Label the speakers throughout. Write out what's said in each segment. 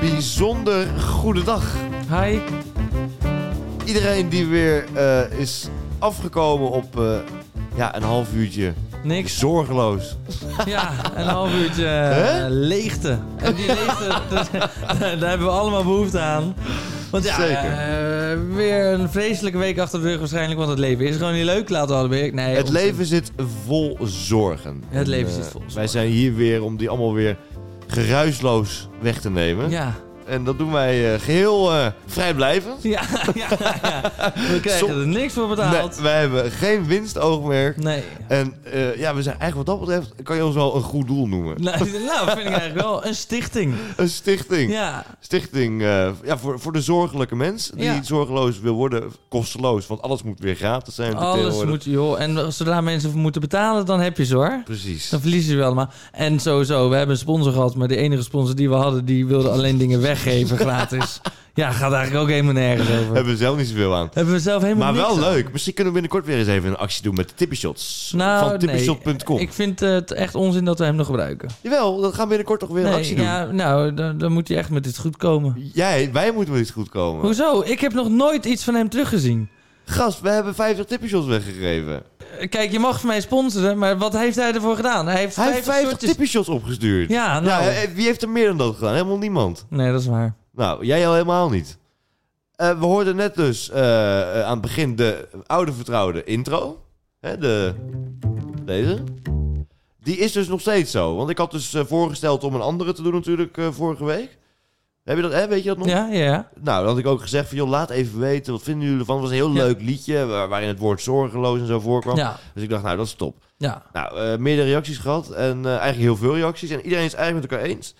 Speaker 1: bijzonder goede dag.
Speaker 2: Hi.
Speaker 1: Iedereen die weer eh, is afgekomen op eh, ja, een half uurtje
Speaker 2: Niks.
Speaker 1: zorgeloos.
Speaker 2: Ja, een half uurtje eh,
Speaker 1: Hè?
Speaker 2: leegte. En die leegte, dat- daar hebben we allemaal behoefte aan. Want ja,
Speaker 1: Zeker.
Speaker 2: eh, weer een vreselijke week achter de rug waarschijnlijk. Want het leven is gewoon niet leuk. Laten we al werk. Nee,
Speaker 1: het
Speaker 2: ons-
Speaker 1: leven zit vol zorgen.
Speaker 2: Het leven
Speaker 1: eh,
Speaker 2: zit vol zorgen.
Speaker 1: Wij zijn hier weer om die allemaal weer geruisloos weg te nemen.
Speaker 2: Ja,
Speaker 1: En dat doen wij eh, geheel eh vrijblijvend.
Speaker 2: ja, ja, ja. We krijgen
Speaker 1: Som-
Speaker 2: er niks voor
Speaker 1: Nee,
Speaker 2: betaald.
Speaker 1: wij hebben geen winstoogmerk.
Speaker 2: Nee.
Speaker 1: En eh, ja, we zijn eigenlijk wat dat betreft, kan je ons wel een goed doel noemen.
Speaker 2: Nou, nou, vind ik eigenlijk wel een stichting.
Speaker 1: Een stichting.
Speaker 2: Ja,
Speaker 1: Stichting eh, ja, voor, voor de zorgelijke mens die
Speaker 2: Ja.
Speaker 1: zorgeloos wil worden, kosteloos. Want alles moet weer gratis zijn.
Speaker 2: alles
Speaker 1: tegenwoordig.
Speaker 2: moet, joh. En zodra mensen voor moeten betalen, dan heb je ze hoor.
Speaker 1: Precies.
Speaker 2: Dan verliezen ze wel allemaal. En sowieso, we hebben een sponsor gehad, maar de enige sponsor die we hadden, die wilde alleen dingen weggeven gratis. ja, gaat eigenlijk ook helemaal nergens over.
Speaker 1: Hebben we zelf niet zoveel aan.
Speaker 2: Hebben we zelf helemaal
Speaker 1: Maar
Speaker 2: niks
Speaker 1: wel
Speaker 2: aan.
Speaker 1: leuk. Misschien kunnen we binnenkort weer eens even een actie doen met de tippyshots.
Speaker 2: Nou,
Speaker 1: van tippyshot.com.
Speaker 2: nee. Ik vind het echt onzin dat we hem nog gebruiken.
Speaker 1: Jawel, dan gaan we binnenkort toch weer een actie doen.
Speaker 2: Nee, ja, nou, dan, dan moet hij echt met dit goed komen.
Speaker 1: Jij, wij moeten wel iets goed komen.
Speaker 2: Hoezo? Ik heb nog nooit iets van hem teruggezien.
Speaker 1: Gast, we hebben 50 tippyshots weggegeven.
Speaker 2: Eh, Kijk, je mag mij sponsoren, maar wat heeft hij ervoor gedaan? Hij heeft
Speaker 1: Hij heeft 50
Speaker 2: soortjes-
Speaker 1: tippyshots opgestuurd.
Speaker 2: Ja, nou.
Speaker 1: eh, wie heeft er meer dan dat gedaan? Helemaal niemand.
Speaker 2: Nee, dat is waar.
Speaker 1: Nou, jij al helemaal niet. Eh, we hoorden net dus eh, eh, aan het begin de oude vertrouwde intro. Hè, de, deze. Die is dus nog steeds zo. Want ik had dus eh, voorgesteld om een andere te doen natuurlijk eh, vorige week. Heb je dat, hè? Weet je dat nog?
Speaker 2: Ja, ja, ja.
Speaker 1: Nou, dan had ik ook gezegd van... joh, laat even weten, wat vinden jullie ervan? Het was een heel
Speaker 2: Ja.
Speaker 1: leuk liedje waar- waarin het woord zorgeloos en zo voorkwam.
Speaker 2: Ja,
Speaker 1: Dus ik dacht, nou, dat is top.
Speaker 2: ja.
Speaker 1: Nou, eh, meerdere reacties gehad. En eh, eigenlijk heel veel reacties. En iedereen is eigenlijk met elkaar eens.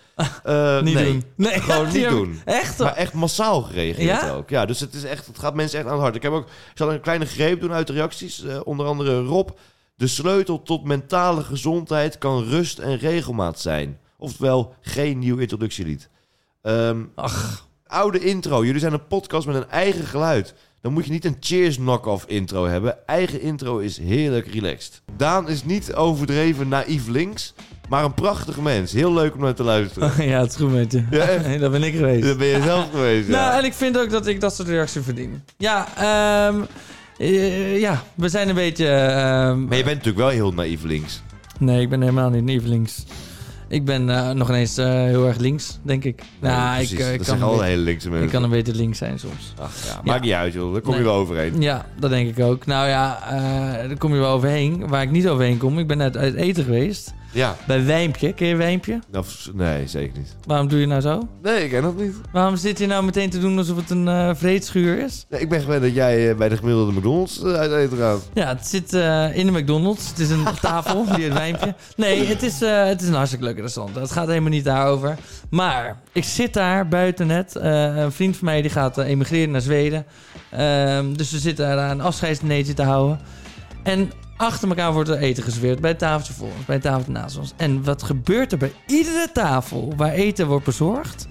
Speaker 1: Eh,
Speaker 2: Niet
Speaker 1: nee.
Speaker 2: doen. Nee,
Speaker 1: Gewoon
Speaker 2: die
Speaker 1: niet
Speaker 2: heb ik-
Speaker 1: doen.
Speaker 2: Echt?
Speaker 1: Maar echt massaal gereageerd
Speaker 2: Ja?
Speaker 1: ook. Ja, dus het, is echt, het gaat mensen echt aan het hart. Ik, heb ook, ik zal een kleine greep doen uit de reacties. Eh, onder andere Rob. De sleutel tot mentale gezondheid kan rust en regelmaat zijn. Oftewel, geen nieuw introductielied. Ehm,
Speaker 2: Ach.
Speaker 1: Oude intro. Jullie zijn een podcast met een eigen geluid. Dan moet je niet een Cheers knock-off intro hebben. Eigen intro is heerlijk relaxed. Daan is niet overdreven naïef links, maar een prachtig mens. Heel leuk om naar te luisteren.
Speaker 2: ja, het is goed met je.
Speaker 1: Ja, echt.
Speaker 2: dat ben ik geweest.
Speaker 1: Dat ben je zelf geweest. ja.
Speaker 2: Nou, en ik vind ook dat ik dat soort reacties verdien. Ja, ehm, eh, ja we zijn een beetje... ehm,
Speaker 1: Maar je bent natuurlijk wel heel naïef links.
Speaker 2: Nee, ik ben helemaal niet lief links. Ik ben eh, nog ineens eh, heel erg links, denk ik. nou,
Speaker 1: Nee,
Speaker 2: ik,
Speaker 1: precies.
Speaker 2: eh, ik
Speaker 1: dat
Speaker 2: kan
Speaker 1: zeggen
Speaker 2: een
Speaker 1: al
Speaker 2: beetje-
Speaker 1: hele linkse mensen.
Speaker 2: ik kan een beetje links zijn soms.
Speaker 1: Ach, ja, Maakt niet uit, joh. Daar kom je
Speaker 2: Nee.
Speaker 1: wel overheen.
Speaker 2: Ja, dat denk ik ook. Nou ja, eh, daar kom je wel overheen. Waar ik niet overheen kom, ik ben net uit eten geweest.
Speaker 1: Ja.
Speaker 2: Bij Wijmpje. Ken je Wijmpje?
Speaker 1: Nou, f- nee, zeker niet.
Speaker 2: Waarom doe je nou zo?
Speaker 1: Nee, ik ken dat niet.
Speaker 2: Waarom zit je nou meteen te doen alsof het een eh, vreedschuur is?
Speaker 1: Nee, ik ben gewend dat jij eh, bij de gemiddelde McDonald's eh, uit eten gaat.
Speaker 2: Ja, het zit eh, in de McDonald's. Het is een tafel, hier een wijmpje. Nee, het is, eh, het is een hartstikke leuk restaurant. Het gaat helemaal niet daarover. Maar ik zit daar buiten net. Eh, een vriend van mij die gaat eh, emigreren naar Zweden. Ehm, dus we zitten daar een afscheidsdinertje te houden. En achter elkaar wordt er eten geserveerd. Bij het tafeltje voor ons, bij het tafeltje naast ons. En wat gebeurt er bij iedere tafel waar eten wordt bezorgd?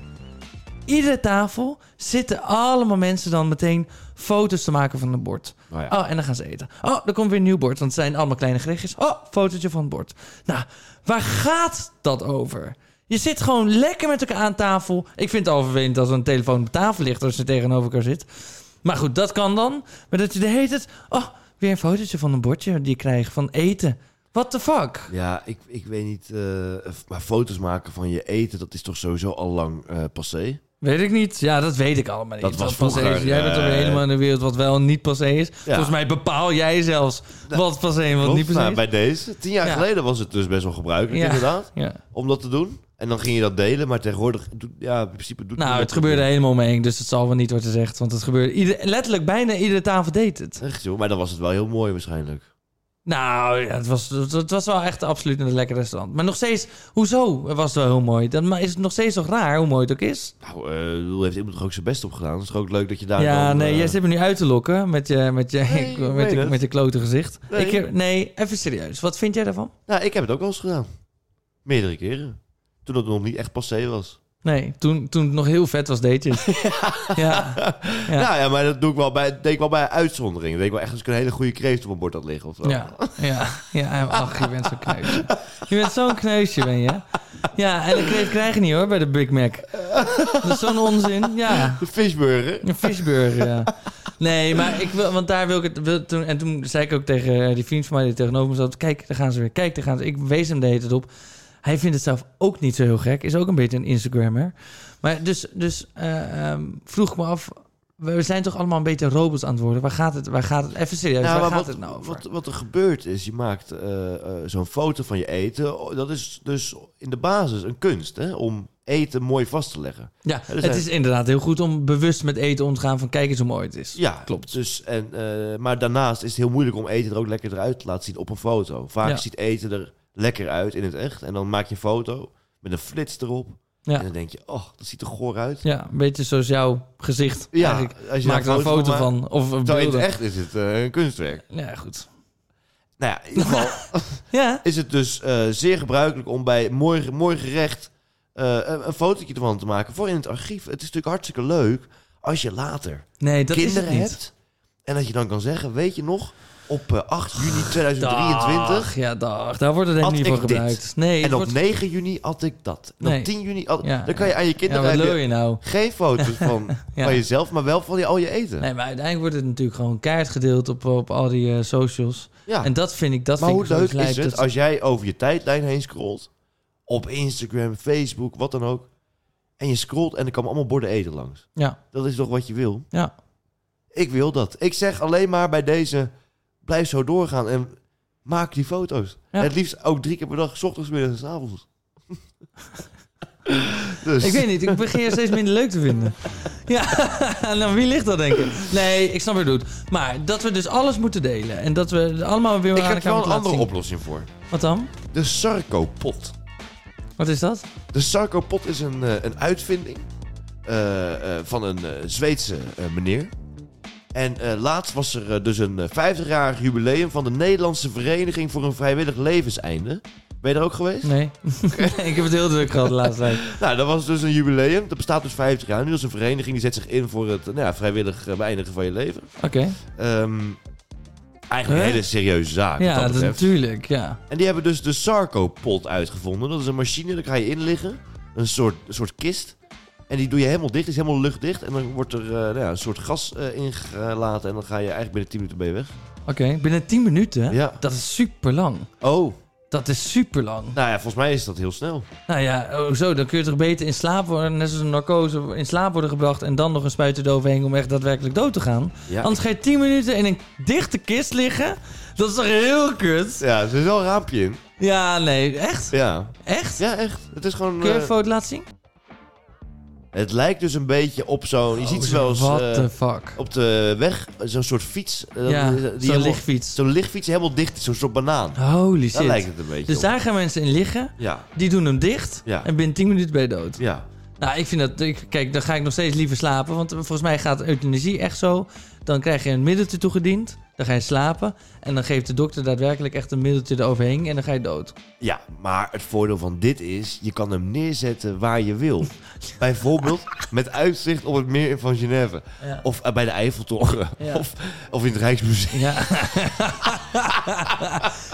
Speaker 2: Iedere tafel zitten allemaal mensen dan meteen foto's te maken van het bord.
Speaker 1: Nou ja.
Speaker 2: Oh, en dan gaan ze eten. Oh, er komt weer een nieuw bord, want het zijn allemaal kleine gerechtjes. Oh, fotootje van het bord. Nou, waar gaat dat over? Je zit gewoon lekker met elkaar aan tafel. Ik vind het al vervelend als er een telefoon op tafel ligt als je tegenover elkaar zit. Maar goed, dat kan dan. Maar dat je de hele tijd... Oh, weer een fotootje van een bordje die je krijgt van eten. What the fuck?
Speaker 1: Ja, ik, ik weet niet. eh, f- maar foto's maken van je eten, dat is toch sowieso al lang eh, passé?
Speaker 2: Weet ik niet. Ja, dat weet ik allemaal niet.
Speaker 1: Dat was
Speaker 2: passé
Speaker 1: vroeger,
Speaker 2: is. Jij bent alweer
Speaker 1: eh,
Speaker 2: helemaal in de wereld wat wel en niet passé is. Volgens mij bepaal jij zelfs wat passé en wat
Speaker 1: Klopt,
Speaker 2: niet passé
Speaker 1: nou,
Speaker 2: is.
Speaker 1: bij deze. Tien jaar
Speaker 2: Ja.
Speaker 1: geleden was het dus best wel gebruikelijk,
Speaker 2: Ja.
Speaker 1: inderdaad.
Speaker 2: Ja.
Speaker 1: Om dat te doen. En dan ging je dat delen, maar tegenwoordig, doet- ja, in principe doet
Speaker 2: Nou,
Speaker 1: niemand
Speaker 2: het
Speaker 1: dat
Speaker 2: gebeurde
Speaker 1: meer.
Speaker 2: helemaal mee, dus het zal wel niet wat je zegt. Want het gebeurde ieder- letterlijk bijna iedere tafel deed het.
Speaker 1: Echt joh, maar dan was het wel heel mooi waarschijnlijk.
Speaker 2: Nou, ja, het, was, het, het was wel echt absoluut een lekker restaurant. Maar nog steeds, hoezo was het wel heel mooi? Dan ma- is het nog steeds toch raar hoe mooi het ook is?
Speaker 1: Nou, eh, ik bedoel, heeft iemand toch ook zijn best op gedaan? Het is toch ook leuk dat je daar
Speaker 2: ja,
Speaker 1: dan,
Speaker 2: nee,
Speaker 1: eh,
Speaker 2: jij zit me nu uit te lokken met je, met je,
Speaker 1: Nee, ik
Speaker 2: met
Speaker 1: weet
Speaker 2: je,
Speaker 1: het.
Speaker 2: met je klote gezicht.
Speaker 1: Nee.
Speaker 2: Ik heb, nee, even serieus. Wat vind jij daarvan?
Speaker 1: Nou, ik heb het ook wel eens gedaan. Meerdere keren. Toen het nog niet echt passé was.
Speaker 2: Nee, toen, toen het nog heel vet was, deed je het. ja. Ja.
Speaker 1: Nou ja, maar dat doe ik wel bij, deed ik wel bij uitzonderingen. Dat deed ik wel echt als ik een hele goede kreeft op mijn bord had liggen of zo.
Speaker 2: Ja, ja, ja. Ach, je bent zo'n kneusje. Je bent zo'n kneusje, ben je. Ja, en een kreeft krijg je niet hoor bij de Big Mac. Dat is zo'n onzin. Ja. dus
Speaker 1: De fishburger.
Speaker 2: Een visburger, ja. Nee, maar ik wil, want daar wil ik het. wil- toen, en toen zei ik ook tegen eh, die vriend van mij die tegenover me zat: Kijk, daar gaan ze weer. Kijk, daar gaan ze. Ik wees hem de hele tijd op. Hij vindt het zelf ook niet zo heel gek. Is ook een beetje een Instagrammer. Maar dus, dus eh, ehm, vroeg ik me af. We we zijn toch allemaal een beetje robots aan het worden. Waar gaat het? Waar gaat het? Even serieus,
Speaker 1: Nou,
Speaker 2: waar
Speaker 1: maar
Speaker 2: gaat
Speaker 1: wat,
Speaker 2: het nou over?
Speaker 1: wat, wat er gebeurt is, je maakt eh, eh, zo'n foto van je eten. Oh, Dat is dus in de basis een kunst, hè? Om eten mooi vast te leggen.
Speaker 2: ja,
Speaker 1: er zijn-
Speaker 2: het is inderdaad heel goed om bewust met eten om te gaan van kijk eens hoe mooi het is.
Speaker 1: Ja,
Speaker 2: Klopt.
Speaker 1: Dus, en, eh, maar daarnaast is het heel moeilijk om eten er ook lekker eruit te laten zien op een foto. Vaak
Speaker 2: Ja.
Speaker 1: ziet eten er lekker uit in het echt. En dan maak je een foto met een flits erop.
Speaker 2: Ja.
Speaker 1: En dan denk je, oh, dat ziet er goor uit.
Speaker 2: Ja, een beetje zoals jouw gezicht.
Speaker 1: Ja,
Speaker 2: Ja,
Speaker 1: als je
Speaker 2: Maak er
Speaker 1: daar
Speaker 2: een foto
Speaker 1: maakt,
Speaker 2: van. Of een
Speaker 1: Terwijl in
Speaker 2: beelden.
Speaker 1: het echt is het eh, een kunstwerk.
Speaker 2: Ja, goed.
Speaker 1: Nou ja, in ieder geval
Speaker 2: Ja.
Speaker 1: is het dus eh, zeer gebruikelijk om bij mooi, mooi gerecht eh, een, een fotootje ervan te maken voor in het archief. Het is natuurlijk hartstikke leuk als je later
Speaker 2: Nee, dat is
Speaker 1: kinderen
Speaker 2: het niet.
Speaker 1: hebt. En dat je dan kan zeggen, weet je nog, op eh, 8 juni 2023
Speaker 2: Dag, ja, dag. Daar wordt het
Speaker 1: Had
Speaker 2: helemaal niet voor
Speaker 1: ik dit?
Speaker 2: gebruikt. Nee, het
Speaker 1: En op
Speaker 2: wordt...
Speaker 1: 9 juni had ik dat. En
Speaker 2: Nee.
Speaker 1: op 10 juni had...
Speaker 2: Ja,
Speaker 1: dan kan je aan je
Speaker 2: ja,
Speaker 1: kinderen
Speaker 2: wat lul
Speaker 1: eigenlijk
Speaker 2: je nou?
Speaker 1: geen foto's van,
Speaker 2: Ja.
Speaker 1: van jezelf, maar wel van je, al je eten.
Speaker 2: Nee, maar uiteindelijk wordt het natuurlijk gewoon kaart gedeeld op, op al die eh, socials.
Speaker 1: ja.
Speaker 2: En dat vind ik, dat
Speaker 1: maar
Speaker 2: vind
Speaker 1: hoe
Speaker 2: ik zo
Speaker 1: leuk
Speaker 2: lijp
Speaker 1: is het
Speaker 2: dat-
Speaker 1: als jij over je tijdlijn heen scrolt, op Instagram, Facebook, wat dan ook, en je scrolt en er komen allemaal borden eten langs.
Speaker 2: Ja,
Speaker 1: Dat is toch wat je wil?
Speaker 2: ja.
Speaker 1: Ik wil dat. Ik zeg alleen maar bij deze, blijf zo doorgaan en maak die foto's.
Speaker 2: Ja.
Speaker 1: Het liefst ook drie keer per dag, 's ochtends, 's middags en 's avonds. dus.
Speaker 2: Ik weet niet, ik begin je steeds minder leuk te vinden. Ja, nou wie ligt dat denk ik? Nee, ik snap wat je doet. Maar dat we dus alles moeten delen. En dat we allemaal weer
Speaker 1: Ik
Speaker 2: aan
Speaker 1: heb er wel een
Speaker 2: elkaar moeten laten
Speaker 1: andere
Speaker 2: zien.
Speaker 1: oplossing voor.
Speaker 2: Wat dan?
Speaker 1: De sarcopot.
Speaker 2: Wat is dat?
Speaker 1: De sarcopot is een, eh, een uitvinding eh, eh, van een eh, Zweedse eh, meneer. En eh, laatst was er eh, dus een eh, 50-jarig jubileum van de Nederlandse Vereniging voor een Vrijwillig Levenseinde. Ben je daar ook geweest?
Speaker 2: Nee. ik heb het heel druk gehad de laatste tijd.
Speaker 1: Nou, dat was dus een jubileum. Dat bestaat dus 50 jaar. Nu is een vereniging die zet zich in voor het eh, nou ja, vrijwillig eh, beëindigen van je leven.
Speaker 2: Oké.
Speaker 1: Ehm, eigenlijk een
Speaker 2: Huh?
Speaker 1: hele serieuze zaak. wat
Speaker 2: Ja,
Speaker 1: dat
Speaker 2: dat
Speaker 1: betreft.
Speaker 2: natuurlijk, ja.
Speaker 1: En die hebben dus de Sarco-pot uitgevonden. Dat is een machine, daar ga je in liggen. Een soort, een soort kist. En die doe je helemaal dicht, is helemaal luchtdicht. En dan wordt er eh, nou ja, een soort gas eh, ingelaten. En dan ga je eigenlijk binnen 10 minuten ben je weg.
Speaker 2: Oké, binnen 10 minuten?
Speaker 1: Ja.
Speaker 2: Dat is super lang.
Speaker 1: Oh,
Speaker 2: Dat is super lang.
Speaker 1: nou ja, volgens mij is dat heel snel.
Speaker 2: Nou ja, oh, zo, dan kun je toch beter in slaap worden, net zoals een narcose, in slaap worden gebracht en dan nog een spuit eroverheen om echt daadwerkelijk dood te gaan.
Speaker 1: Ja,
Speaker 2: Anders ga je 10 minuten in een dichte kist liggen. Dat is toch heel kut?
Speaker 1: ja er is wel een raampje in.
Speaker 2: Ja, nee, echt?
Speaker 1: Ja,
Speaker 2: Echt?
Speaker 1: ja echt. Het is gewoon...
Speaker 2: Kun je
Speaker 1: eh,
Speaker 2: een foto laten zien?
Speaker 1: het lijkt dus een beetje op zo'n... Je ziet ze wel eens
Speaker 2: Oh, What
Speaker 1: eh,
Speaker 2: the fuck?
Speaker 1: op de weg. Zo'n soort fiets. eh,
Speaker 2: ja,
Speaker 1: die
Speaker 2: zo'n
Speaker 1: helemaal-
Speaker 2: lichtfiets.
Speaker 1: Zo'n lichtfiets die helemaal dicht is. Zo'n soort banaan.
Speaker 2: Holy
Speaker 1: Daar lijkt
Speaker 2: shit.
Speaker 1: het een beetje
Speaker 2: Dus
Speaker 1: op.
Speaker 2: daar gaan mensen in liggen,
Speaker 1: Ja,
Speaker 2: die doen hem dicht
Speaker 1: Ja.
Speaker 2: en binnen 10 minuten ben je dood.
Speaker 1: ja.
Speaker 2: Nou, ik vind dat. Ik, kijk, dan ga ik nog steeds liever slapen. Want volgens mij gaat euthanasie echt zo. Dan krijg je een middeltje toegediend. Dan ga je slapen. En dan geeft de dokter daadwerkelijk echt een middeltje eroverheen. En dan ga je dood.
Speaker 1: Ja, maar het voordeel van dit is, je kan hem neerzetten waar je wil. Bijvoorbeeld met uitzicht op het meer van Genève.
Speaker 2: Ja.
Speaker 1: Of eh, bij de Eiffeltoren.
Speaker 2: Ja.
Speaker 1: Of, of in het Rijksmuseum.
Speaker 2: Ja.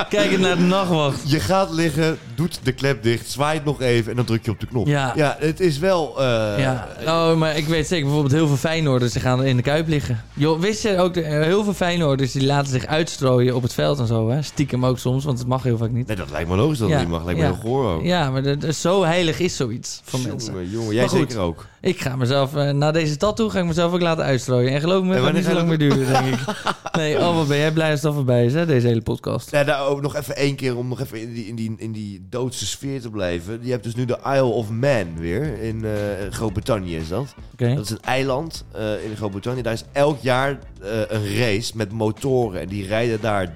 Speaker 2: kijk het naar de nachtwacht.
Speaker 1: Je gaat liggen, doet de klep dicht, zwaait nog even en dan druk je op de knop.
Speaker 2: Ja.
Speaker 1: het is wel... eh,
Speaker 2: Ja, oh, maar ik weet zeker, bijvoorbeeld heel veel Feyenoorders die gaan in de Kuip liggen. Joh, wist je ook, de- heel veel Feyenoorders die laten zich uitstrooien op het veld en zo, hè? Stiekem ook soms, want het mag heel vaak niet.
Speaker 1: Nee, dat lijkt me logisch dat
Speaker 2: Ja.
Speaker 1: het niet mag. Lijkt me
Speaker 2: Ja.
Speaker 1: heel goor ook. eh.
Speaker 2: Ja, maar dat- dat is zo heilig is zoiets van mensen.
Speaker 1: Jongen, jongen, jij
Speaker 2: Maar goed.
Speaker 1: zeker ook.
Speaker 2: Ik ga mezelf, eh, na deze tattoo ga ik mezelf ook laten uitstrooien. En geloof me,
Speaker 1: En
Speaker 2: het gaat
Speaker 1: wanneer
Speaker 2: niet zo
Speaker 1: ga
Speaker 2: lang
Speaker 1: je
Speaker 2: meer duren, denk ik. Nee, oh, wat ben jij blij als dat voorbij is, hè, deze hele podcast.
Speaker 1: Ja, daar nou, ook nog even één keer om nog even in die, in, die, in die doodse sfeer te blijven. Je hebt dus nu de Isle of Man weer. In eh, Groot-Brittannië is dat.
Speaker 2: Oké,
Speaker 1: Dat is een eiland eh, in Groot-Brittannië. Daar is elk jaar eh, een race met motoren. En die rijden daar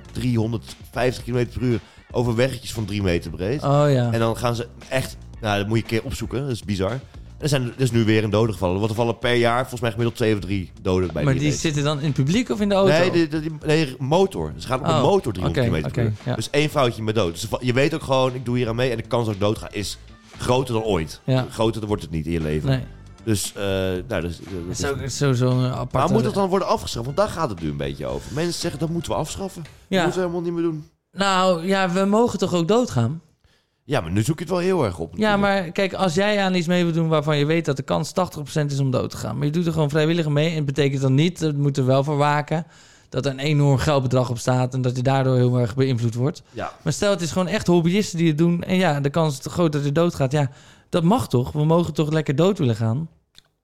Speaker 1: 350 km per uur over weggetjes van 3 meter breed.
Speaker 2: oh ja.
Speaker 1: En dan gaan ze echt... Nou, dat moet je een keer opzoeken. Dat is bizar. Er, zijn, er is nu weer een dode gevallen. Want er vallen per jaar volgens mij gemiddeld 2 of 3 doden bij
Speaker 2: Maar
Speaker 1: die,
Speaker 2: die
Speaker 1: race.
Speaker 2: zitten dan in het publiek of in de auto?
Speaker 1: Nee, de, de- die- nee, motor. Dus Ze gaan op een
Speaker 2: Oh,
Speaker 1: motor 300
Speaker 2: oké,
Speaker 1: km per
Speaker 2: oké,
Speaker 1: uur.
Speaker 2: ja.
Speaker 1: Dus één foutje met dood. Dus je weet ook gewoon, ik doe hier aan mee. En de kans dat ik dood ga is groter dan ooit.
Speaker 2: Ja.
Speaker 1: Groter wordt het niet in je leven.
Speaker 2: Nee,
Speaker 1: Dus, eh nou, dat is- dat
Speaker 2: dat
Speaker 1: is
Speaker 2: is ook zo- zo'n apart.
Speaker 1: maar moet dat dan worden afgeschaft? Want daar gaat het nu een beetje over. Mensen zeggen dat moeten we afschaffen. Dat
Speaker 2: Ja.
Speaker 1: moeten we helemaal niet meer doen.
Speaker 2: Nou, ja, we mogen toch ook doodgaan?
Speaker 1: Ja, maar nu zoek je het wel heel erg op.
Speaker 2: Ja,
Speaker 1: natuurlijk.
Speaker 2: maar kijk, als jij aan iets mee wilt doen waarvan je weet dat de kans 80% is om dood te gaan. Maar je doet er gewoon vrijwillig mee. En het betekent dan niet, dat moet er wel voor waken, dat er een enorm geldbedrag op staat. En dat je daardoor heel erg beïnvloed wordt.
Speaker 1: Ja.
Speaker 2: Maar stel, het is gewoon echt hobbyisten die het doen. En ja, de kans is te groot dat je doodgaat. Ja, dat mag toch? We mogen toch lekker dood willen gaan?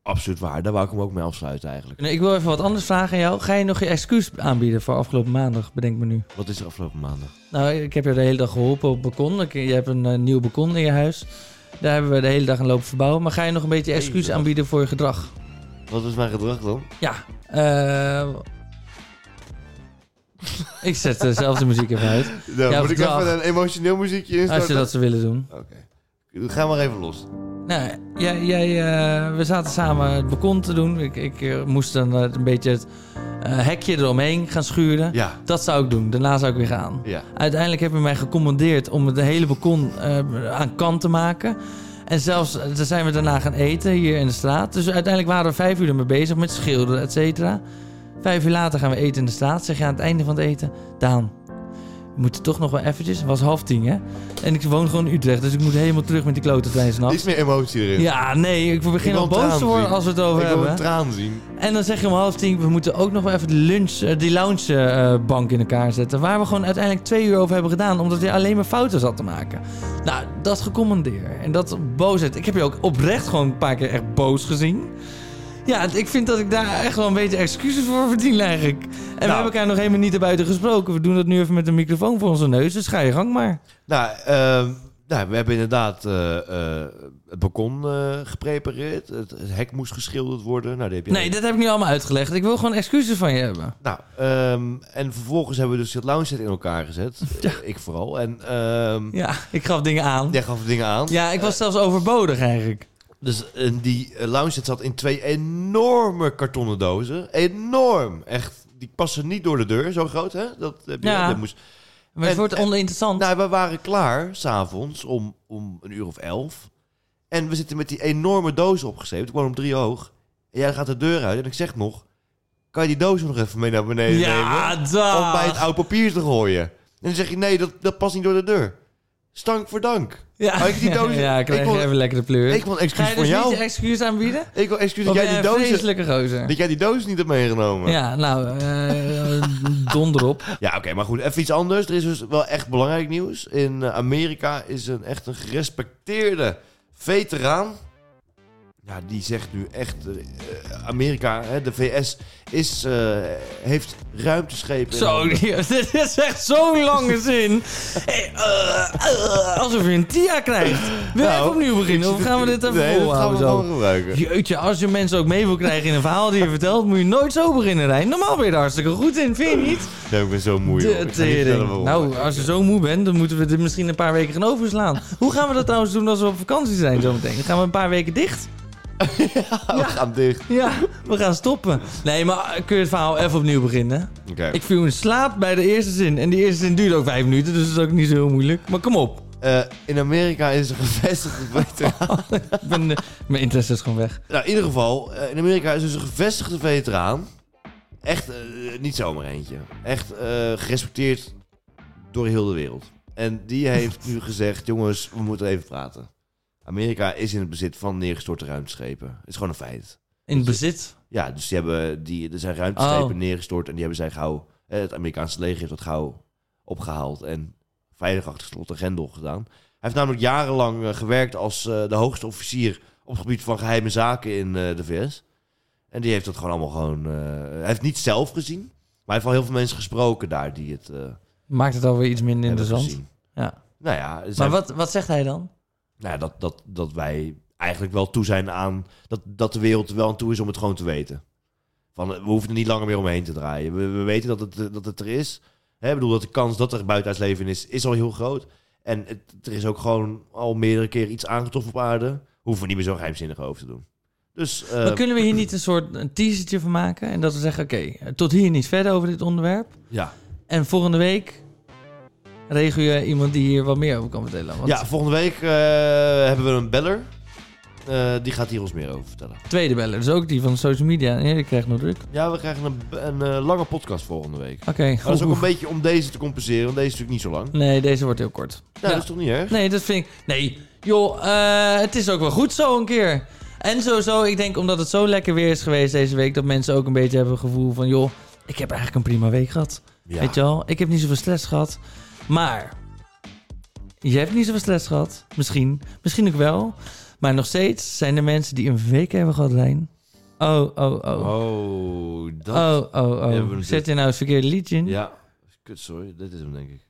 Speaker 1: Absoluut waar. Daar wou ik hem ook mee afsluiten eigenlijk.
Speaker 2: Nee, ik wil even wat anders vragen aan jou. Ga je nog je excuus aanbieden voor afgelopen maandag? Bedenk me nu.
Speaker 1: Wat is er afgelopen maandag?
Speaker 2: Nou, ik heb jou de hele dag geholpen op het balkon. Ik- Je hebt een eh, nieuw balkon in je huis. Daar hebben we de hele dag aan lopen verbouwen. Maar ga je nog een beetje excuus
Speaker 1: Jezus.
Speaker 2: aanbieden voor je gedrag?
Speaker 1: Wat is mijn gedrag dan?
Speaker 2: Ja. eh, ik zet eh, zelf de muziek even uit.
Speaker 1: Nou, moet ik
Speaker 2: gedrag.
Speaker 1: even een emotioneel muziekje instarten?
Speaker 2: Als je dat ze willen doen.
Speaker 1: Oké. Ga maar even los.
Speaker 2: Nou, jij, jij, eh, we zaten samen het balkon te doen. Ik, ik eh, moest dan eh, een beetje het eh, hekje eromheen gaan schuren.
Speaker 1: Ja.
Speaker 2: Dat zou ik doen. Daarna zou ik weer gaan.
Speaker 1: Ja.
Speaker 2: Uiteindelijk heb je mij gecommandeerd om het hele balkon eh, aan kant te maken. En zelfs, eh, daar zijn we daarna gaan eten hier in de straat. Dus uiteindelijk waren we vijf uur ermee bezig met schilderen, et cetera. Vijf uur later gaan we eten in de straat. Zeg je aan het einde van het eten, Daan, we moeten toch nog wel eventjes. Het was half tien, hè? En ik woon gewoon in Utrecht, dus ik moet helemaal terug met die klote trein s'nachts.
Speaker 1: Iets meer emotie erin.
Speaker 2: Ja, nee, ik begin
Speaker 1: Ik wil
Speaker 2: al
Speaker 1: een
Speaker 2: boos te
Speaker 1: traan
Speaker 2: worden
Speaker 1: zien.
Speaker 2: als we het over
Speaker 1: Ik wil
Speaker 2: hebben.
Speaker 1: een traan zien.
Speaker 2: En dan zeg je om half tien, we moeten ook nog wel even de lunch, eh, die loungebank in elkaar zetten. Waar we gewoon uiteindelijk twee uur over hebben gedaan, omdat je alleen maar fouten zat te maken. Nou, dat gecommandeer en dat boosheid. Ik heb je ook oprecht gewoon een paar keer echt boos gezien. Ja, ik vind dat ik daar echt wel een beetje excuses voor verdien eigenlijk. En we hebben elkaar nog helemaal niet erbuiten gesproken. We doen dat nu even met een microfoon voor onze neus, dus ga je gang maar.
Speaker 1: Nou, ehm, nou, we hebben inderdaad eh, eh, het balkon eh, geprepareerd. Het, het hek moest geschilderd worden. Nou, die heb je
Speaker 2: Nee, dat heb ik nu allemaal uitgelegd. Ik wil gewoon excuses van je hebben.
Speaker 1: Nou, ehm, en vervolgens hebben we dus het lounge set in elkaar gezet. Ik vooral. En ehm,
Speaker 2: Ja, ik gaf dingen aan.
Speaker 1: jij gaf dingen aan.
Speaker 2: Ja, ik was zelfs overbodig eigenlijk.
Speaker 1: Dus en die eh, lounge set zat in twee enorme kartonnen dozen. Enorm. Echt. Die passen niet door de deur. Zo groot, hè? Dat heb je.
Speaker 2: Ja.
Speaker 1: Dat moest...
Speaker 2: Maar het
Speaker 1: En-
Speaker 2: wordt
Speaker 1: en-
Speaker 2: oninteressant.
Speaker 1: Nou, we waren klaar s'avonds om, om een uur of elf. En we zitten met die enorme doos opgeschreven. Ik woon om drie hoog. En jij gaat de deur uit en ik zeg nog... Kan je die doos nog even mee naar beneden nemen?
Speaker 2: ja,
Speaker 1: Om bij het
Speaker 2: dag.
Speaker 1: oude papier te gooien. En dan zeg je, nee, dat, dat past niet door de deur. Stank voor dank.
Speaker 2: Ja,
Speaker 1: Had ik die doos-
Speaker 2: ja,
Speaker 1: ik
Speaker 2: krijg
Speaker 1: wil-
Speaker 2: je even lekker de pleur.
Speaker 1: Ik wil een
Speaker 2: Ga
Speaker 1: excuus
Speaker 2: je
Speaker 1: voor
Speaker 2: dus
Speaker 1: jou.
Speaker 2: niet Oh, je excuus aanbieden?
Speaker 1: Ik wil excuus dat
Speaker 2: Want
Speaker 1: jij,
Speaker 2: jij
Speaker 1: die
Speaker 2: een
Speaker 1: doos,
Speaker 2: vreselijke gozer.
Speaker 1: dat jij die doos niet hebt meegenomen. Ja,
Speaker 2: Ja, nou, eh, eh, donder op.
Speaker 1: oké, maar goed. Even iets anders. Er is dus wel echt belangrijk nieuws. In eh, Amerika is een echt een gerespecteerde veteraan. Ja, die zegt nu echt... eh, Amerika, hè, de VS, is, eh, heeft ruimteschepen... in
Speaker 2: Zo,
Speaker 1: handen.
Speaker 2: die- dit is echt zo'n lange zin. Hey, eh, eh, alsof je een TIA krijgt. Wil je
Speaker 1: Nou,
Speaker 2: even opnieuw beginnen
Speaker 1: ik
Speaker 2: of
Speaker 1: zit-
Speaker 2: gaan we dit even
Speaker 1: Nee, dat gaan we
Speaker 2: volhouden zo?
Speaker 1: gewoon gebruiken.
Speaker 2: Jeetje, als je mensen ook mee wil krijgen in een verhaal die je vertelt, moet je nooit zo beginnen, Rijn. Normaal ben je er hartstikke goed in, vind je niet?
Speaker 1: Nee, ik ben zo moe, joh. Ik ga
Speaker 2: De
Speaker 1: niet vertellen waarom.
Speaker 2: tering. Nou, als je zo moe bent, dan moeten we dit misschien een paar weken gaan overslaan. Hoe gaan we dat trouwens doen als we op vakantie zijn zometeen? Dan gaan we een paar weken dicht.
Speaker 1: Oh, we gaan dicht.
Speaker 2: Ja, we gaan stoppen. Nee, maar kun je het verhaal even opnieuw beginnen?
Speaker 1: Oké.
Speaker 2: Ik viel in slaap bij de eerste zin. En die eerste zin duurde ook vijf minuten, dus dat is ook niet zo heel moeilijk. Maar kom op.
Speaker 1: Eh, in Amerika is een gevestigde veteraan.
Speaker 2: Ik ben, eh, mijn interesse is gewoon weg.
Speaker 1: nou, in ieder geval, eh, in Amerika is dus een gevestigde veteraan. Echt eh, niet zomaar eentje. Echt eh, gerespecteerd door heel de wereld. En die heeft nu gezegd: jongens, we moeten even praten. Amerika is in het bezit van neergestorte ruimteschepen. Het is gewoon een feit.
Speaker 2: In bezit.
Speaker 1: Ja, dus die hebben, die, er zijn ruimteschepen
Speaker 2: Oh.
Speaker 1: neergestort en die hebben zij gauw, eh, het Amerikaanse leger heeft dat gauw opgehaald en veilig achter slot en grendel gedaan. Hij heeft namelijk jarenlang eh, gewerkt als eh, de hoogste officier op het gebied van geheime zaken in eh, de VS. En die heeft dat gewoon allemaal gewoon, eh, hij heeft niet zelf gezien, maar hij heeft wel heel veel mensen gesproken daar die het eh
Speaker 2: Maakt het alweer iets minder
Speaker 1: hebben
Speaker 2: interessant.
Speaker 1: gezien.
Speaker 2: Ja.
Speaker 1: Nou ja,
Speaker 2: Maar
Speaker 1: zij-
Speaker 2: wat, wat zegt hij dan?
Speaker 1: nou, ja, dat, dat, dat wij eigenlijk wel toe zijn aan... Dat, dat de wereld er wel aan toe is om het gewoon te weten. Van, eh, we hoeven er niet langer meer omheen te draaien. We, we weten dat het, eh, dat het er is. Hè, ik bedoel, dat de kans dat er buitenaards leven in is, is al heel groot. En het, er is ook gewoon al meerdere keer iets aangetroffen op aarde. Hoeven we niet meer zo geheimzinnig over te doen. Dus, eh,
Speaker 2: Maar kunnen we hier niet een soort een teasertje van maken? En dat we zeggen, oké, eh, tot hier niet verder over dit onderwerp.
Speaker 1: ja.
Speaker 2: En volgende week regel je iemand die hier wat meer over kan vertellen. Want
Speaker 1: ja, volgende week eh, hebben we een beller. eh, die gaat hier ons meer over vertellen.
Speaker 2: Tweede beller, dus ook die van social media. Ja, die krijgt nog druk. Oké.
Speaker 1: Ja, we krijgen een, een eh, lange podcast volgende week. Maar Oh, dat is ook
Speaker 2: goed.
Speaker 1: een beetje om deze te compenseren, want deze is natuurlijk niet zo lang. Nou,
Speaker 2: Nee, deze wordt heel kort.
Speaker 1: dat is toch niet erg?
Speaker 2: Nee, dat vind ik... Nee, joh, eh, het is ook wel goed zo een keer. En sowieso, ik denk omdat het zo lekker weer is geweest deze week... dat mensen ook een beetje hebben het gevoel van... joh, ik heb eigenlijk een prima week gehad.
Speaker 1: Ja.
Speaker 2: Weet je wel? Ik heb niet zoveel stress gehad. Maar... Je hebt niet zoveel stress gehad. Misschien. Misschien ook wel. Maar nog steeds zijn er mensen die een week hebben gehad, Rijn. Oh, oh, oh.
Speaker 1: Oh, dat...
Speaker 2: Oh, oh,
Speaker 1: hebben we
Speaker 2: oh.
Speaker 1: dit.
Speaker 2: Zet je nou het verkeerde liedje in? Ja,
Speaker 1: Ja. Kut, sorry. Dit is hem, denk ik.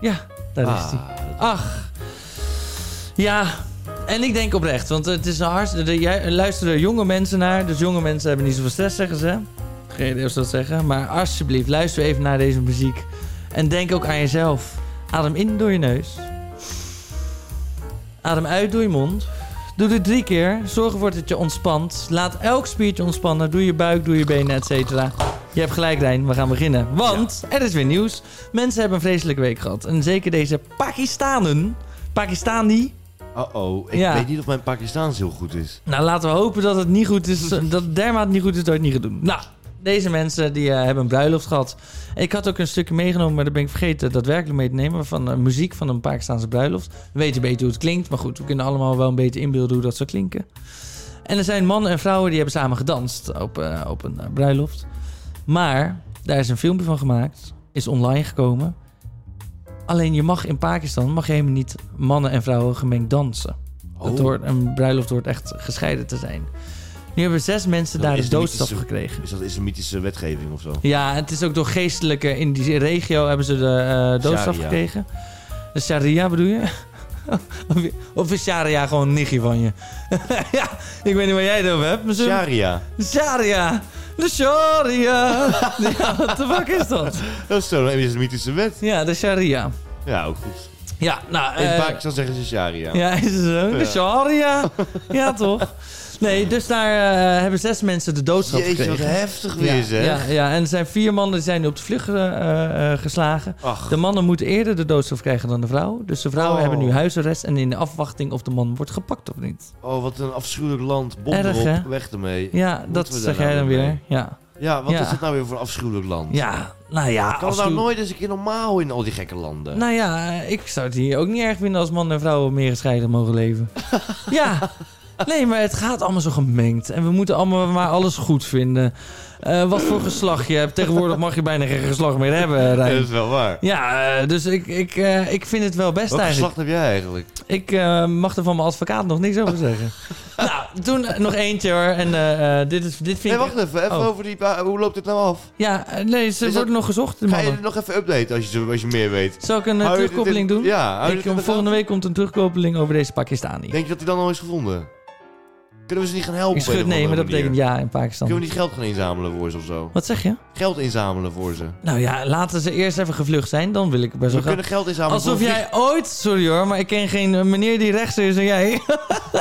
Speaker 2: daar is
Speaker 1: Ah,
Speaker 2: die.
Speaker 1: dat-
Speaker 2: Ach. Ja. En ik denk oprecht, want het is een hartstikke... de- Jij luisteren jonge mensen naar, dus jonge mensen hebben niet zoveel stress, zeggen ze. Geen idee of ze dat zeggen, maar alsjeblieft, luister even naar deze muziek. En denk ook aan jezelf. Adem in door je neus. Adem uit door je mond. Doe dit drie keer. Zorg ervoor dat je ontspant. Laat elk spiertje ontspannen. Doe je buik, doe je benen, et cetera. Je hebt gelijk, Rijn. We gaan beginnen. Want er is weer nieuws. Mensen hebben een vreselijke week gehad. En zeker deze Pakistanen. Pakistani.
Speaker 1: Uh-oh. Ik
Speaker 2: Ja.
Speaker 1: weet niet of mijn Pakistaans heel goed is.
Speaker 2: Nou, laten we hopen dat het niet goed is. dat het dermate niet goed is dat je het niet gaat doen. Nou, deze mensen die eh, hebben een bruiloft gehad. Ik had ook een stukje meegenomen, maar dat ben ik vergeten daadwerkelijk mee te nemen. Van eh, muziek van een Pakistaanse bruiloft. We weten beter hoe het klinkt, maar goed, we kunnen allemaal wel een beetje inbeelden hoe dat zou klinken. En er zijn mannen en vrouwen die hebben samen gedanst op, eh, op een eh, bruiloft. Maar daar is een filmpje van gemaakt, is online gekomen. Alleen je mag in Pakistan mag je helemaal niet mannen en vrouwen gemengd dansen. Dat
Speaker 1: Oh.
Speaker 2: hoort, een bruiloft hoort echt gescheiden te zijn. Nu hebben zes mensen
Speaker 1: Dat
Speaker 2: daar
Speaker 1: is
Speaker 2: de
Speaker 1: niet
Speaker 2: doodstraf
Speaker 1: zo-
Speaker 2: gekregen.
Speaker 1: Is dat islamitische wetgeving of zo?
Speaker 2: Ja, het is ook door geestelijke in die regio hebben ze de eh, doodstraf
Speaker 1: Sharia.
Speaker 2: gekregen. De sharia bedoel je? Of- of is sharia gewoon een nichtje van je? ja, ik weet niet waar jij het over hebt. Maar ze-
Speaker 1: Sharia.
Speaker 2: sharia. De sharia. ja, wat de fuck is dat?
Speaker 1: Dat is zo'n islamitische dus wet.
Speaker 2: Ja, de sharia.
Speaker 1: Ja, ook goed.
Speaker 2: Ja, nou...
Speaker 1: In
Speaker 2: eh,
Speaker 1: Pakistan zeggen ze sharia.
Speaker 2: Ja, is het zo? De
Speaker 1: Ja.
Speaker 2: sharia. Ja, toch? Nee, dus daar eh, hebben zes mensen de doodstraf
Speaker 1: Jeetje, wat
Speaker 2: gekregen.
Speaker 1: heftig weer
Speaker 2: ja,
Speaker 1: zeg.
Speaker 2: Ja, ja, en er zijn vier mannen die zijn nu op de vlucht eh, eh, geslagen.
Speaker 1: Ach,
Speaker 2: De mannen moeten eerder de doodstraf krijgen dan de vrouw. Dus de vrouwen
Speaker 1: Oh.
Speaker 2: hebben nu huisarrest en in de afwachting of de man wordt gepakt of niet.
Speaker 1: oh, wat een afschuwelijk land. Bom
Speaker 2: Erg,
Speaker 1: erop,
Speaker 2: hè?
Speaker 1: weg ermee. Ja,
Speaker 2: Ja, dat
Speaker 1: we daar
Speaker 2: zeg
Speaker 1: nou
Speaker 2: jij dan
Speaker 1: mee?
Speaker 2: weer. Ja.
Speaker 1: wat
Speaker 2: Ja.
Speaker 1: is dat nou weer voor een afschuwelijk land?
Speaker 2: ja, nou ja.
Speaker 1: Kan
Speaker 2: als
Speaker 1: het nou
Speaker 2: u-
Speaker 1: nooit eens een keer normaal in al die gekke landen?
Speaker 2: Nou ja, eh, ik zou het hier ook niet erg vinden als mannen en vrouwen meer gescheiden mogen leven. ja. Nee, maar het gaat allemaal zo gemengd. En we moeten allemaal maar alles goed vinden. Eh, wat voor geslacht je hebt. Tegenwoordig mag je bijna geen geslacht meer hebben, eh,
Speaker 1: Ja,
Speaker 2: Rijn.
Speaker 1: dat is wel waar.
Speaker 2: Ja, eh, dus ik, ik, eh, ik vind het wel best
Speaker 1: Wat
Speaker 2: eigenlijk.
Speaker 1: geslacht heb jij eigenlijk?
Speaker 2: Ik eh, mag er van mijn advocaat nog niks over zeggen. nou, toen eh, nog eentje hoor. En eh, eh, dit, is, dit vind
Speaker 1: Nee,
Speaker 2: ik...
Speaker 1: wacht even. Even
Speaker 2: Oh.
Speaker 1: over die... pa- Hoe loopt dit nou af?
Speaker 2: Ja, eh, nee, ze
Speaker 1: dat-
Speaker 2: worden nog gezocht, de
Speaker 1: Ga je
Speaker 2: mannen.
Speaker 1: dit nog even updaten als je, zo- als je meer weet?
Speaker 2: Zal ik een eh,
Speaker 1: Hou je dit
Speaker 2: terugkoppeling
Speaker 1: in-
Speaker 2: doen?
Speaker 1: Ja. hou je
Speaker 2: ik, eh,
Speaker 1: dit in de gaten?
Speaker 2: volgende week komt een terugkoppeling over deze Pakistani.
Speaker 1: Denk je dat hij dan al is gevonden? Kunnen we ze niet gaan helpen?
Speaker 2: Ik
Speaker 1: op
Speaker 2: schud
Speaker 1: een of
Speaker 2: nee, maar dat
Speaker 1: andere
Speaker 2: betekent
Speaker 1: manier?
Speaker 2: ja in Pakistan.
Speaker 1: Kunnen we niet geld gaan inzamelen voor ze of zo?
Speaker 2: Wat zeg je?
Speaker 1: Geld inzamelen voor ze.
Speaker 2: Nou ja, laten ze eerst even gevlucht zijn, dan wil ik het best
Speaker 1: We
Speaker 2: wel gaan.
Speaker 1: kunnen geld inzamelen
Speaker 2: Alsof
Speaker 1: voor een
Speaker 2: jij ooit, sorry hoor, maar ik ken geen eh, meneer die rechter is dan jij.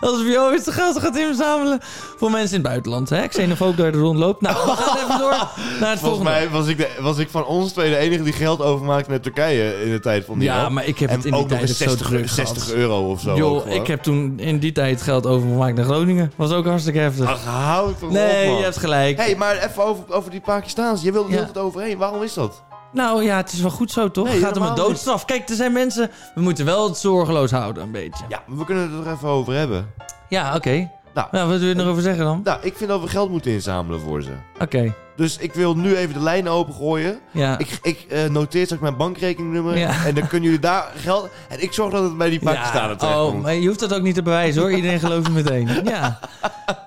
Speaker 2: Alsof je ooit de geld gaat inzamelen voor mensen in het buitenland. Hè? Xenofoob daar rondloopt. Nou, we gaan even door naar
Speaker 1: Volgens
Speaker 2: het volgende.
Speaker 1: mij was ik, de- was ik van ons twee de enige die geld overmaakte naar Turkije in de tijd van die
Speaker 2: Ja,
Speaker 1: ramp.
Speaker 2: maar ik heb
Speaker 1: en
Speaker 2: het in die
Speaker 1: ook nog
Speaker 2: tijd
Speaker 1: eens
Speaker 2: ook zo
Speaker 1: 60,
Speaker 2: druk
Speaker 1: 60
Speaker 2: gehad.
Speaker 1: euro of zo. ook
Speaker 2: Joh,
Speaker 1: gewoon.
Speaker 2: ik heb toen in die tijd geld overgemaakt naar Groningen. Was ook hartstikke heftig.
Speaker 1: Ach, houd toch
Speaker 2: nee,
Speaker 1: op, man.
Speaker 2: je hebt gelijk.
Speaker 1: hey, maar even over, over die Pakistaans. Je wilde er
Speaker 2: Ja.
Speaker 1: heel het overheen. Waarom is dat?
Speaker 2: Nou ja, het is wel goed zo toch?
Speaker 1: Nee,
Speaker 2: Het gaat om een
Speaker 1: helemaal niet.
Speaker 2: doodstraf. Kijk, er zijn mensen, we moeten wel het zorgeloos houden een beetje.
Speaker 1: Ja, maar we kunnen het er even over hebben.
Speaker 2: Ja, oké.
Speaker 1: Nou.
Speaker 2: Nou, wat wil je erover zeggen dan?
Speaker 1: Nou, ik vind dat we geld moeten inzamelen voor ze.
Speaker 2: Oké,
Speaker 1: Dus ik wil nu even de lijnen opengooien.
Speaker 2: ja.
Speaker 1: Ik, ik eh, noteer straks mijn bankrekeningnummer.
Speaker 2: Ja.
Speaker 1: En dan kunnen jullie daar geld... En ik zorg dat het bij die Pakistanen
Speaker 2: ja,
Speaker 1: terechtkomt.
Speaker 2: oh, maar je hoeft dat ook niet te bewijzen hoor. Iedereen gelooft je meteen. Ja.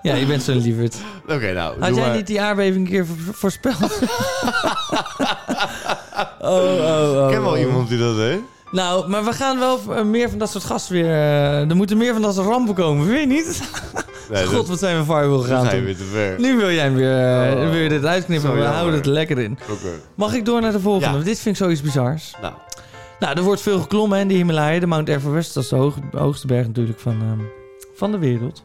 Speaker 2: ja, je bent zo'n lieverd.
Speaker 1: Oké, nou.
Speaker 2: Had
Speaker 1: doe
Speaker 2: jij
Speaker 1: maar.
Speaker 2: niet die aardbeving een keer vo- voorspeld? oh, oh, oh.
Speaker 1: Ik ken wel
Speaker 2: oh.
Speaker 1: iemand die dat deed.
Speaker 2: Nou, maar we gaan wel eh, meer van dat soort gasten weer... eh, er moeten meer van dat soort rampen komen, vind je niet?
Speaker 1: Nee,
Speaker 2: God, wat zijn we viral
Speaker 1: dat, dat
Speaker 2: gegaan
Speaker 1: zijn
Speaker 2: toen.
Speaker 1: weer te ver.
Speaker 2: Nu wil jij hem weer, eh,
Speaker 1: Oh.
Speaker 2: wil je dit uitknippen,
Speaker 1: Zo
Speaker 2: we
Speaker 1: jammer.
Speaker 2: houden het lekker in.
Speaker 1: Oké.
Speaker 2: Mag ik door naar de volgende?
Speaker 1: Ja.
Speaker 2: Want Dit vind ik zoiets bizars.
Speaker 1: eh, Nou,
Speaker 2: Nou, er wordt veel geklommen hè, in de Himalaya. De Mount Everest, dat is de hoog- hoogste berg natuurlijk van, ehm, van de wereld.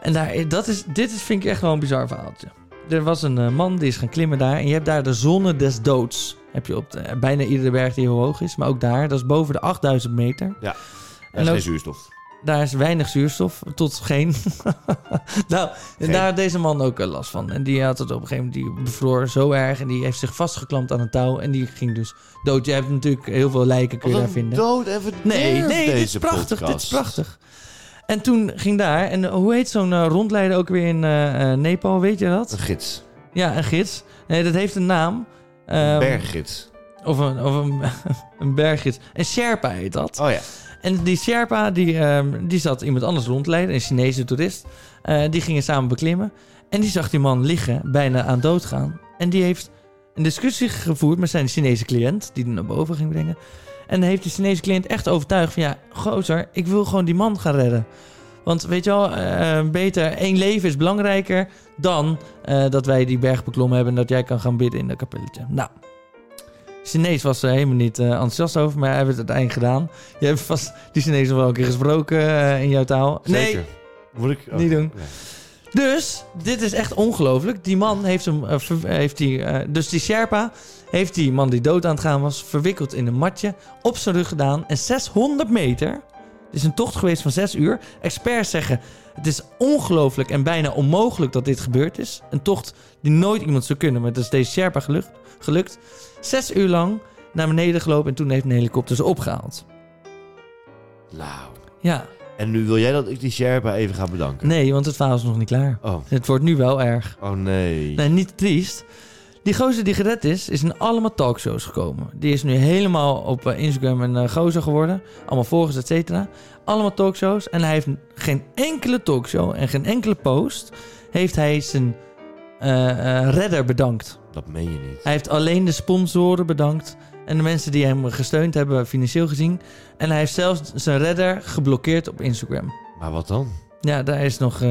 Speaker 2: En daar, eh, dat is, dit is, vind ik echt wel een bizar verhaaltje. Er was een eh, man die is gaan klimmen daar. En je hebt daar de zonne des doods. Heb je op de- bijna iedere berg die heel hoog is. Maar ook daar, dat is boven de 8000 meter.
Speaker 1: ja. Er
Speaker 2: En
Speaker 1: is
Speaker 2: ook-
Speaker 1: geen zuurstof.
Speaker 2: Daar is weinig zuurstof, tot geen. nou,
Speaker 1: Geen.
Speaker 2: daar had deze man ook eh, last van. En die had het op een gegeven moment, die bevroor zo erg. En die heeft zich vastgeklampt aan een touw. En die ging dus dood. Je hebt natuurlijk heel veel lijken, kun je
Speaker 1: Wat
Speaker 2: daar
Speaker 1: een
Speaker 2: vinden.
Speaker 1: dood en verderf
Speaker 2: Nee, nee, dit is
Speaker 1: deze
Speaker 2: prachtig. Dit is
Speaker 1: podcast.
Speaker 2: prachtig. En toen ging daar, en hoe heet zo'n eh, rondleider ook weer in eh, eh, Nepal, weet je dat?
Speaker 1: Een gids.
Speaker 2: Ja, een gids. Nee, dat heeft een naam.
Speaker 1: Een
Speaker 2: Ehm,
Speaker 1: berggids.
Speaker 2: Of een, of een, een berggids. Een Sherpa heet dat.
Speaker 1: Oh ja.
Speaker 2: En die Sherpa, die, ehm, die zat iemand anders rondleiden, een Chinese toerist. Eh, die gingen samen beklimmen. En die zag die man liggen, bijna aan dood gaan. En die heeft een discussie gevoerd met zijn Chinese cliënt, die hem naar boven ging brengen. En heeft die Chinese cliënt echt overtuigd van, ja, gozer, ik wil gewoon die man gaan redden. Want weet je wel, eh, beter één leven is belangrijker dan eh, dat wij die berg beklommen hebben en dat jij kan gaan bidden in dat kapelletje. Nou, Chinees was er helemaal niet eh, enthousiast over, maar hij heeft het uiteindelijk gedaan. Je hebt vast die Chinees nog wel een keer gesproken eh, in jouw taal. Nee,
Speaker 1: Zeker. Moet ik... oh,
Speaker 2: Niet doen.
Speaker 1: nee.
Speaker 2: dus, dit is echt ongelooflijk. Die man heeft hem. eh, ver- heeft die, eh, dus die Sherpa heeft die man die dood aan het gaan was, verwikkeld in een matje, op zijn rug gedaan. En 600 meter. Het is een tocht geweest van 6 uur. Experts zeggen: het is ongelooflijk en bijna onmogelijk dat dit gebeurd is. Een tocht die nooit iemand zou kunnen, maar dat is deze Sherpa gelukt. gelukt. Zes uur lang naar beneden gelopen en toen heeft een helikopter ze opgehaald.
Speaker 1: Nou.
Speaker 2: Ja,
Speaker 1: En nu wil jij dat ik die Sherpa even ga bedanken?
Speaker 2: nee, want het verhaal is nog niet klaar.
Speaker 1: Oh.
Speaker 2: Het wordt nu wel erg.
Speaker 1: Oh nee.
Speaker 2: Nee, niet triest. Die gozer die gered is, is in allemaal talkshows gekomen. Die is nu helemaal op eh, Instagram een eh, gozer geworden. Allemaal volgers, et cetera. Allemaal talkshows. En hij heeft geen enkele talkshow en geen enkele post... heeft hij zijn eh, eh, redder bedankt.
Speaker 1: Dat meen je niet.
Speaker 2: Hij heeft alleen de sponsoren bedankt... en de mensen die hem gesteund hebben, financieel gezien. En hij heeft zelfs zijn redder geblokkeerd op Instagram.
Speaker 1: Maar wat dan?
Speaker 2: Ja, daar is nog... eh,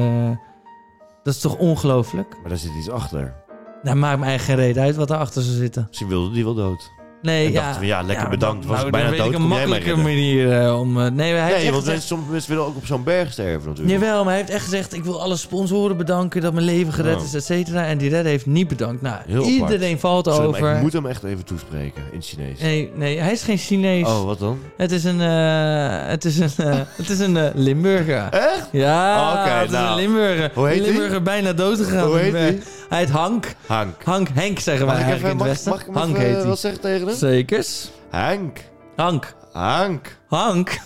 Speaker 2: dat is toch ongelooflijk?
Speaker 1: Maar daar zit iets achter.
Speaker 2: Nou, maakt me eigenlijk geen reden uit wat daarachter zou zitten.
Speaker 1: Misschien wilde die wel dood.
Speaker 2: Nee,
Speaker 1: En
Speaker 2: ja.
Speaker 1: dachten we, ja, lekker bedankt. Was
Speaker 2: nou,
Speaker 1: ik bijna
Speaker 2: dan weet
Speaker 1: dood,
Speaker 2: ik een
Speaker 1: kom jij mij
Speaker 2: makkelijke manier eh, om... eh, nee, maar hij
Speaker 1: nee,
Speaker 2: heeft
Speaker 1: want
Speaker 2: echt gezegd,
Speaker 1: mensen, sommige mensen willen ook op zo'n berg sterven natuurlijk.
Speaker 2: Jawel, maar hij heeft echt gezegd... ik wil alle sponsoren bedanken dat mijn leven gered
Speaker 1: Oh.
Speaker 2: is, et cetera. En die redder heeft niet bedankt. Nou,
Speaker 1: Heel apart.
Speaker 2: iedereen valt
Speaker 1: Zullen we hem-
Speaker 2: over.
Speaker 1: Ik moet hem echt even toespreken in Chinees.
Speaker 2: Nee, nee, hij is geen Chinees.
Speaker 1: Oh, wat dan?
Speaker 2: Het is een... eh, het is een, eh, het is een eh, Limburger.
Speaker 1: Echt?
Speaker 2: Ja,
Speaker 1: Oké,
Speaker 2: het is
Speaker 1: nou.
Speaker 2: een Limburger.
Speaker 1: Hoe heet
Speaker 2: Een
Speaker 1: die?
Speaker 2: Limburger bijna dood gegaan.
Speaker 1: Hoe heet
Speaker 2: Eh,
Speaker 1: die?
Speaker 2: Hij heet Hank.
Speaker 1: Hank.
Speaker 2: Hank, Henk zeggen wij
Speaker 1: Mag ik
Speaker 2: eigenlijk
Speaker 1: even
Speaker 2: in het
Speaker 1: mag,
Speaker 2: Westen.
Speaker 1: mag ik hem
Speaker 2: Hank
Speaker 1: even, eh,
Speaker 2: heet hij.
Speaker 1: wat zeggen tegen hem?
Speaker 2: Zekers.
Speaker 1: Hank.
Speaker 2: Hank.
Speaker 1: Hank.
Speaker 2: Hank.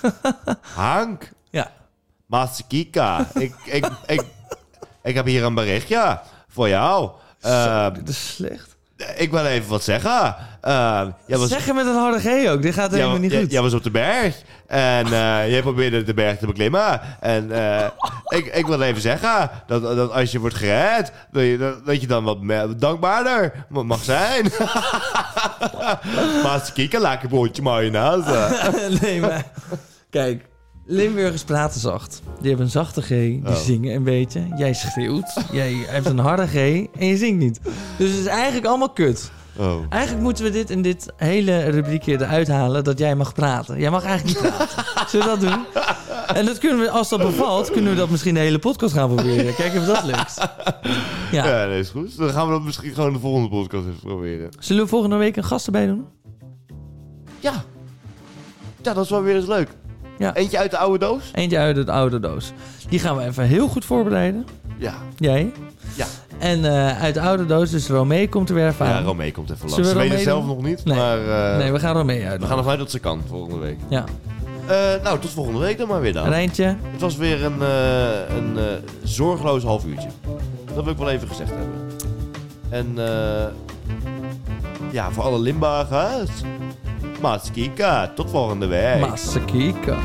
Speaker 1: Hank.
Speaker 2: Ja.
Speaker 1: Masikika. ik, ik, ik, ik heb hier een berichtje voor jou. Eh,
Speaker 2: Dit is slecht.
Speaker 1: ik wil even wat zeggen. Eh, jij was,
Speaker 2: Zeg hem met een harde G ook. Dit gaat
Speaker 1: jij,
Speaker 2: helemaal niet
Speaker 1: jij-
Speaker 2: goed.
Speaker 1: jij was op de berg. En eh, jij probeerde de berg te beklimmen. En eh, ik, ik wil even zeggen dat, dat als je wordt gered, dat je, dat, dat je dan wat me- dankbaarder ma- mag zijn. Masikika, lekker broodje mayonaise.
Speaker 2: nee, maar... Kijk. Limburgers praten zacht. Die hebben een zachte G. Die
Speaker 1: Oh.
Speaker 2: zingen een beetje. Jij schreeuwt. jij hebt een harde G. En je zingt niet. Dus het is eigenlijk allemaal kut.
Speaker 1: Oh.
Speaker 2: Eigenlijk moeten we dit in dit hele rubriekje eruit halen. Dat jij mag praten. Jij mag eigenlijk niet praten. Zullen we dat doen? En dat kunnen we, als dat bevalt, kunnen we dat misschien de hele podcast gaan proberen. Kijken of dat lukt. Ja.
Speaker 1: Ja, dat is goed. Dan gaan we dat misschien gewoon de volgende podcast even proberen.
Speaker 2: Zullen we volgende week een gast erbij doen?
Speaker 1: Ja. Ja, dat is wel weer eens leuk.
Speaker 2: Ja.
Speaker 1: Eentje uit de oude doos?
Speaker 2: Eentje uit de oude doos. Die gaan we even heel goed voorbereiden.
Speaker 1: Ja.
Speaker 2: Jij?
Speaker 1: Ja.
Speaker 2: En eh, uit de oude doos, dus Romee komt er weer even
Speaker 1: Ja,
Speaker 2: aan.
Speaker 1: Romee komt even
Speaker 2: Zullen
Speaker 1: langs. Ze
Speaker 2: we
Speaker 1: weet het
Speaker 2: Romee
Speaker 1: zelf
Speaker 2: doen?
Speaker 1: nog niet,
Speaker 2: Nee.
Speaker 1: maar eh,
Speaker 2: nee, we gaan Romee uit.
Speaker 1: we gaan ervan uit dat ze kan volgende week.
Speaker 2: Ja.
Speaker 1: Eh, nou, tot volgende week dan maar weer dan.
Speaker 2: Rijntje,
Speaker 1: Het was weer een, eh, een eh, zorgeloos half uurtje. Dat wil ik wel even gezegd hebben. En eh, ja, voor alle Limburgers. Maatskika, tot volgende week.
Speaker 2: Masakika.